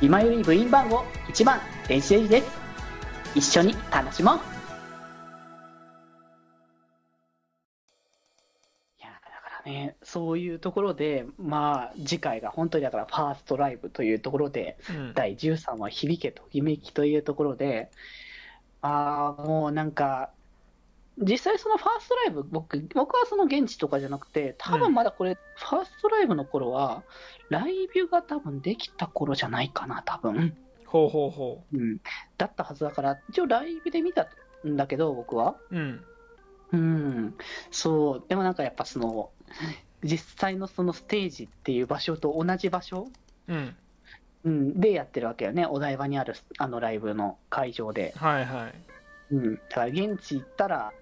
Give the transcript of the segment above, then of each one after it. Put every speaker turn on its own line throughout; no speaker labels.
今より部員番号1番電子レンジです一緒に楽しもういやだからねそういうところでまあ次回が本当にだからファーストライブというところで
うん
第13話「響けときめき」というところでああもうなんか実際そのファーストライブ僕僕はその現地とかじゃなくて多分まだこれ、ファーストライブの頃はライブが多分できた頃じゃないかな多分、
ほうほうほ
うん、だったはずだから一応ライブで見たんだけど僕は
ううん
うんそうでもなんかやっぱその実際のそのステージっていう場所と同じ場所
うん
うん、でやってるわけよね、お台場にあるあのライブの会場で。
はいはい
うん、だから現地行ったら、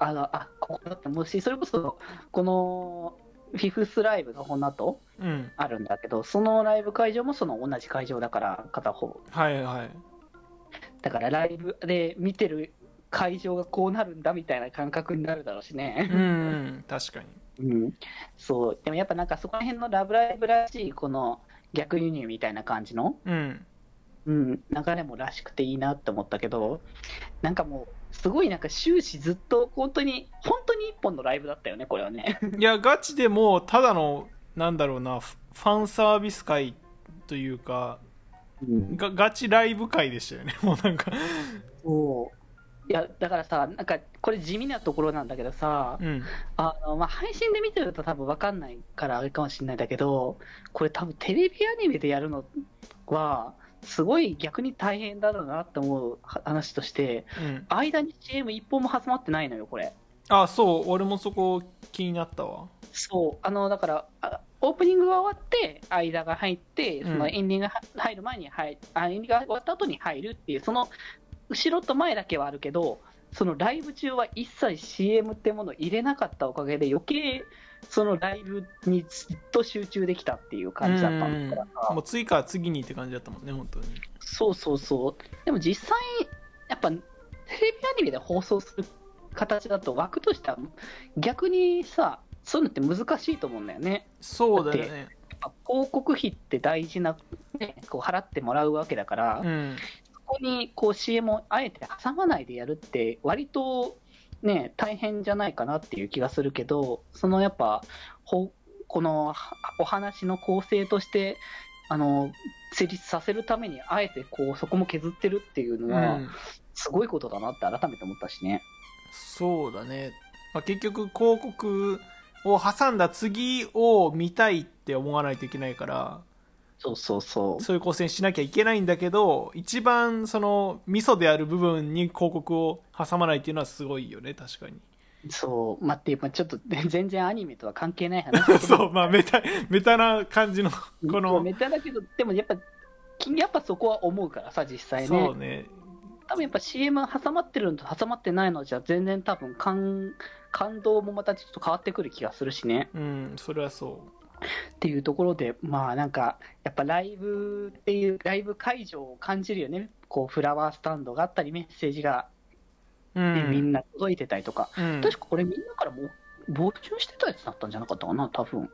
あのあここだったもし、それこそこのフィフスライブがこの後
うん
あるんだけど、そのライブ会場もその同じ会場だから、片方。
はいはい
だからライブで見てる会場がこうなるんだみたいな感覚になるだろうしね
う。んうん確かに
うん、そうでもやっぱなんかそこら辺の「ラブライブ!」らしいこの逆輸入みたいな感じの
うん
うん、流れもらしくていいなって思ったけど、なんかもう、すごいなんか終始ずっと本当に、本当に一本のライブだったよね、これはね。
いやガチでもうただのなんだろうなフファンサービス会というか
うん、
がガチライブ会でしたよね もうなんか
そういやだからさ、なんかこれ、地味なところなんだけどさ、
うん
あのまあ、配信で見てると多分わかんないからあれかもしれないんだけど、これ、多分テレビアニメでやるのは、すごい逆に大変だろうなって思う話として、
うん
間に CM 一本も挟まってないのよ、これ。
あそう俺もそこ気になったわ
そう、あのだからあオープニングが終わって、間が入って、そ
うん
のエンディングが入る前に入る、あエンディングが終わった後に入るっていう、その後ろと前だけはあるけど、そのライブ中は一切 CM ってものを入れなかったおかげで、余計そのライブにずっと集中できたっていう感じだったんだからさ
もう次から次にって感じだったもんね本当に
そうそうそう、でも実際、やっぱテレビアニメで放送する形だと、枠としては逆にさ、そういうのって難しいと思うんだよね。
そうだよね
やっぱ広告費って大事な、ね、こう払ってもらうわけだから、
うん
そこにこう CM をあえて挟まないでやるって、割と、ね、大変じゃないかなっていう気がするけど、そのやっぱ、ほこのはお話の構成として、あの成立させるために、あえてこうそこも削ってるっていう
う
のは、
ん
すごいことだなって改めて思ったしね。
そうだね、まあ、結局広告を挟んだ次を見たいって思わないといけないから
そうそうそう。
そういう構成にしなきゃいけないんだけど一番そのミソである部分に広告を挟まないっていうのはすごいよね 確かに
そう、まあ、っていう、まあ、ちょっとね全然アニメとは関係ない話だけど
そうまあメタメタな感じのこの
ネタだけど、でもやっぱ、きやっぱそこは思うからさ、実際
そ
ね
う。ね
多分やっぱ CM 挟まってるのと挟まってないのじゃ、全然多分感、感動もまたちょっと変わってくる気がするしね。
うんそれはそう
っていうところで、まあなんか、やっぱライブっていう、ライブ会場を感じるよね。こう、フラワースタンドがあったり、メッセージが、
う
ねみ
ん、
んな届いてたりとか。
うん、
確かこれみんなからも募集してたやつだったんじゃなかったかな、多分。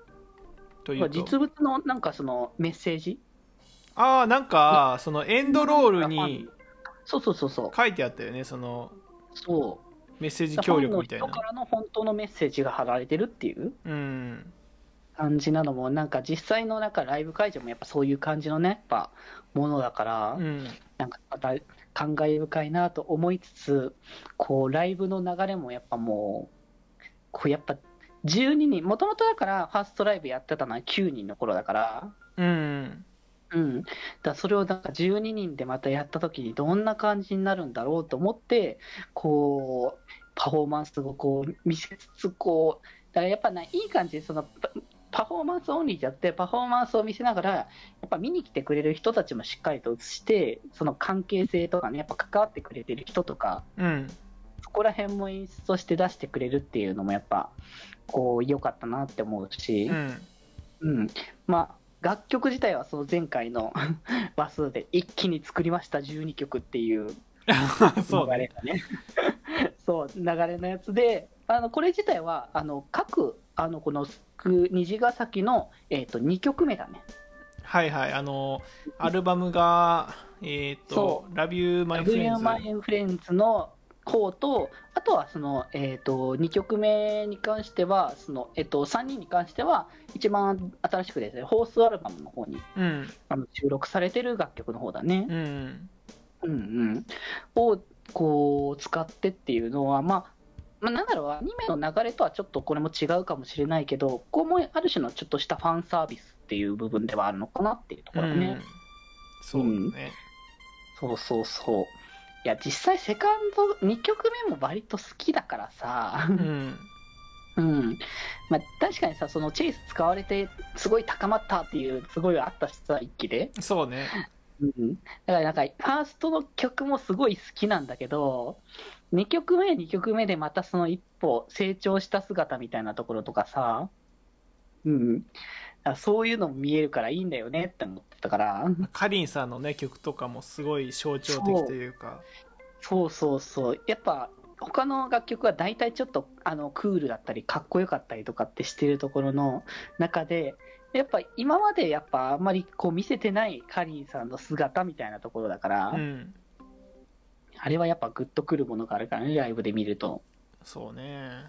というと
実物のなんかそのメッセージ
ああなんかそのエンドロールに
そうそうそうそう。
書いてあったよねその
そう。
メッセージ協力みたい
ファンの人か
な
らの本当のメッセージが貼られてるっていう
うん
感じなのも、なんか実際のなんかライブ会場もやっぱそういう感じのね、やっぱものだから、
うん
なんかまた感慨深いなと思いつつ、こうライブの流れもやっぱもう、こうやっぱ12人、もともとだからファーストライブやってたのは9人の頃だから、
うん
うん、だからそれをなんか12人でまたやった時にどんな感じになるんだろうと思ってこうパフォーマンスをこう見せつつこうだからやっぱねいい感じでそのパパフォーマンスオンリーじゃなくてパフォーマンスを見せながらやっぱ見に来てくれる人たちもしっかりと映してその関係性とかねやっぱ関わってくれてる人とか
うん
そこら辺も演出として出してくれるっていうのもやっぱこう良かったなって思うし。
うん
うん、まあ楽曲自体はその前回の 話数で一気に作りました12曲っていう流
そうだね
れがねそう流れのやつであのこれ自体はあの各あのこのく虹ヶ崎の、えー、と2曲目だね
はいはいあのアルバムがえっ、と
そ
「ラビュー・マイ・フレン
w
ズ」
マイフレンズの方と、あとはその、えー、と2曲目に関してはその、えー、と3人に関しては、一番新しくですね、ホースアルバムの方に
うん
あの収録されてる楽曲の方だね、
うん
うんうん、をこう使ってっていうのは、まあ、まあ、なんだろう、アニメの流れとはちょっとこれも違うかもしれないけど、ここもある種のちょっとしたファンサービスっていう部分ではあるのかなっていうとこ
う
ろだね
ん。そうね、
そうそうそう。いや、実際、セカンド、2曲目も割と好きだからさ、
うん、
うん。まあ、確かにさ、そのチェイス使われて、すごい高まったっていう、すごいあったしさ、一気で。
そうね
うん。だからなんか、ファーストの曲もすごい好きなんだけど、2曲目、2曲目でまたその一歩成長した姿みたいなところとかさ、うん。だからそういうのも見えるからいいんだよねって思ってたから。
かりんさんのね曲とかもすごい象徴的というか
そうそうそう。やっぱ他の楽曲は大体ちょっとあのクールだったりかっこよかったりとかってしてるところの中で、やっぱ今までやっぱあんまりこう見せてないカリンさんの姿みたいなところだから、
うん
あれはやっぱグッとくるものがあるからね、ライブで見ると。
そうね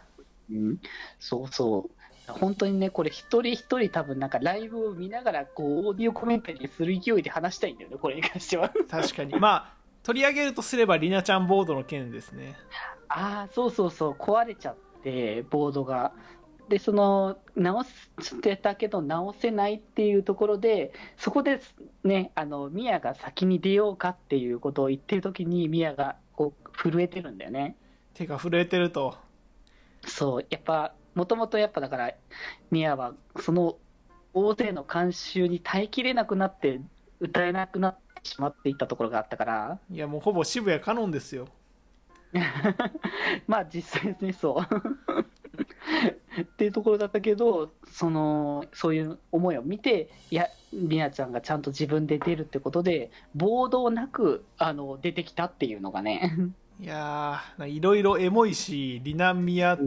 うん、そうそう。本当にね、これ一人一人多分なんかライブを見ながらこうオーディオコメンタリーする勢いで話したいんだよね、これに関しては。
確かにまあ取り上げるとすればりなちゃんボードの件ですね
ああ、そうそうそう、壊れちゃって、ボードが。で、その、直してたけど、直せないっていうところで、そこでね、あの、ミヤが先に出ようかっていうことを言ってるときに、ミヤがこう、震えてるんだよね。
手が震えてると
そう、やっぱ、もともとやっぱだから、ミヤは、その、大勢の観衆に耐えきれなくなって、歌えなくなってしまっていったところがあったから、
いやもうほぼ渋谷カノンですよ
まあ実際ね、そう。っていうところだったけど、そのそういう思いを見て、いや、りなちゃんがちゃんと自分で出るってことで、暴動なくあの出てきたっていうのがね、
いやーいろいろエモいしりなみやて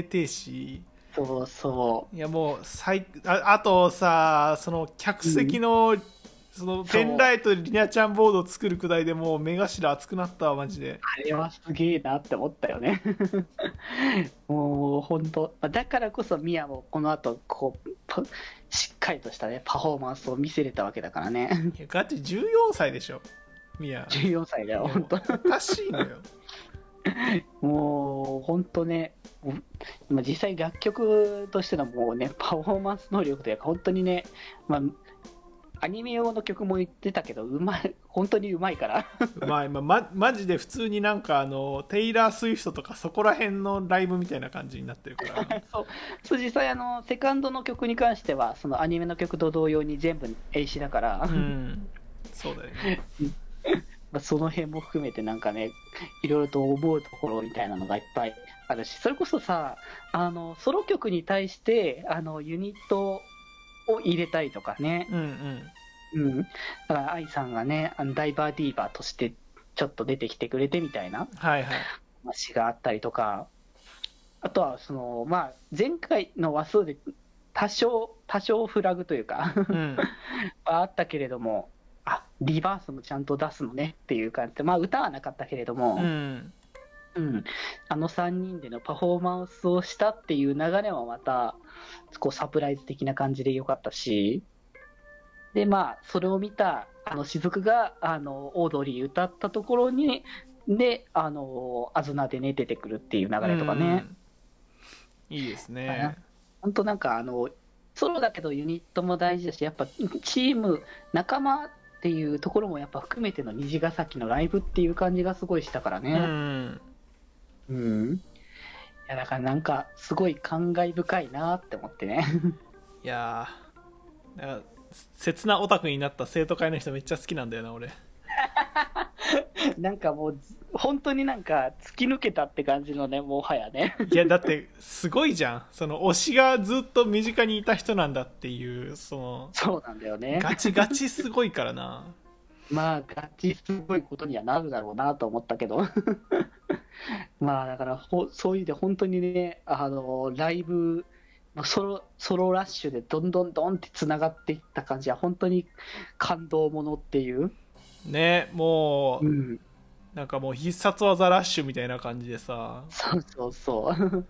ーてーし
そうそ
いやもう最ああとさその客席の、そのペンライトでりなちゃんボードを作るくらいでもう目頭熱くなったわマジで
う、あれはすげえなって思ったよね。 もう本当、だからこそ、ミヤもこの後こうパしっかりとした、ね、パフォーマンスを見せれたわけだからね、
いやガチ14歳でしょみや
14歳だ
いや
よ、
もう
本当。
おかしいのよ
もう本当ね、もうまあ実際楽曲としてのもうね、パフォーマンス能力というか、本当にね、まあ、アニメ用の曲も言ってたけど、うまい、本当にうまいから。
まあ今まマジで普通になんかあのテイラー・スウィフトとかそこら辺のライブみたいな感じになってるから
そうそう実際あの、セカンドの曲に関しては、そのアニメの曲と同様に全部英詞だから、ま
うんそうだよね
あその辺も含めてなんかね、いろいろと思うところみたいなのがいっぱいあるし、それこそさ、あのソロ曲に対してあのユニットを入れたりとかね、
うんうん
うん、だから愛さんがね、あのダイバーディーバーとしてちょっと出てきてくれてみたいな
はいはい
話があったりとか、あとはその、まあ、前回の話数で多少、多少フラグというか、
うん
はあったけれども、あリバースもちゃんと出すのねっていう感じで、まあ、歌はなかったけれども、
うん
うん、あの3人でのパフォーマンスをしたっていう流れもまたこうサプライズ的な感じで良かったしでまあそれを見たあの雫があのオードリー歌ったところにであのアズナでね出てくるっていう 流れとかね、
うんいいです
か
ね
な本当なんかあのソロだけどユニットも大事だしやっぱチーム仲間っていうところもやっぱ含めての虹ヶ崎のライブっていう感じがすごいしたからね。
うん
うん。いや、だからなんか、すごい感慨深いなって思ってね。
いやーなんか切なオタクになった生徒会の人めっちゃ好きなんだよな俺
なんかもう、本当になんか、突き抜けたって感じのね、もはや ね。
いやだってすごいじゃんその推しがずっと身近にいた人なんだっていうその
そうなんだよね。
ガチガチすごいからな
まあ、ガチすごいことにはなるだろうなと思ったけど。 まあ、だからほ、そういう意味で本当にね、あの、ライブもうソロソロラッシュでどんどんどんってつながっていった感じは本当に感動ものっていう、
ねもう、
うん、
なんかもう必殺技ラッシュみたいな感じでさ
そうそうそう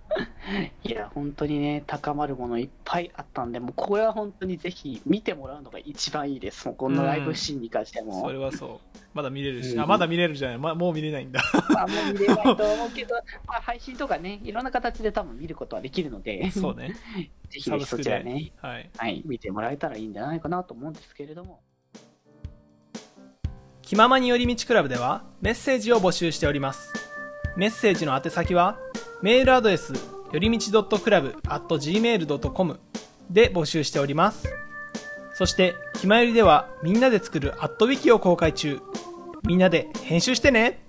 いや本当にね高まるものいっぱいあったんでもうこれは本当にぜひ見てもらうのが一番いいですもうこのライブシーンに関しても、
それはそうまだ見れるし、
うん
あまだ見れるじゃない、ま、もう見れないんだ
まあ、もう見れないと思うけど、 まあ、配信とかね、いろんな形で多分見ることはできるので、
そうね
ぜひぜひそちら
サブ
ね、
はい
はい、見てもらえたらいいんじゃないかなと思うんですけれども。
気ままに寄り道クラブではメッセージを募集しておりますメッセージの宛先はメールアドレスよりみち .club.gmail.com で募集しておりますそして「ひまより」ではみんなで作る「アットウィキを公開中みんなで編集してね